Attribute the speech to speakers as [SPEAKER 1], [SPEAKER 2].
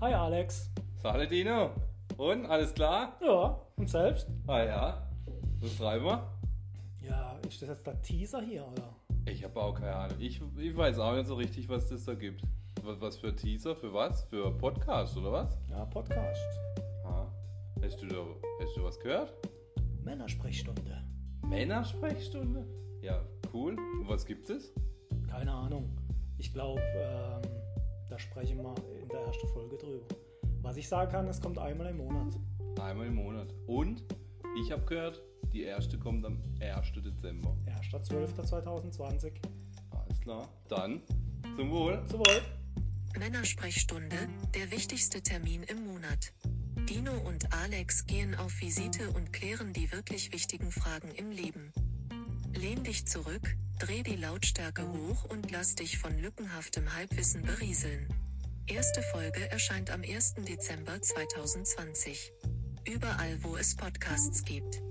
[SPEAKER 1] Hi Alex.
[SPEAKER 2] Saladino. Und? Alles klar?
[SPEAKER 1] Ja, und selbst?
[SPEAKER 2] Ah ja. Das treiben wir.
[SPEAKER 1] Ja, ist das jetzt der Teaser hier, oder?
[SPEAKER 2] Ich habe auch keine Ahnung. Ich, ich weiß auch nicht so richtig, was das da gibt. Was, was für Teaser? Für was? Für Podcast oder was?
[SPEAKER 1] Ja, Podcast.
[SPEAKER 2] Ha. Hast du, da, hast du was gehört?
[SPEAKER 1] Männersprechstunde.
[SPEAKER 2] Männersprechstunde? Ja, cool. Und was gibt es?
[SPEAKER 1] Keine Ahnung. Ich glaube, ähm, da sprechen wir in der ersten Folge drüber. Was ich sagen kann, es kommt einmal im Monat.
[SPEAKER 2] Einmal im Monat. Und ich habe gehört, die erste kommt am 1. Dezember.
[SPEAKER 1] 1.12.2020.
[SPEAKER 2] Alles klar. Dann zum Wohl.
[SPEAKER 1] Zum Wohl.
[SPEAKER 3] Männersprechstunde, der wichtigste Termin im Monat. Dino und Alex gehen auf Visite und klären die wirklich wichtigen Fragen im Leben. Lehn dich zurück, dreh die Lautstärke hoch und lass dich von lückenhaftem Halbwissen berieseln. Erste Folge erscheint am 1. Dezember 2020. Überall, wo es Podcasts gibt.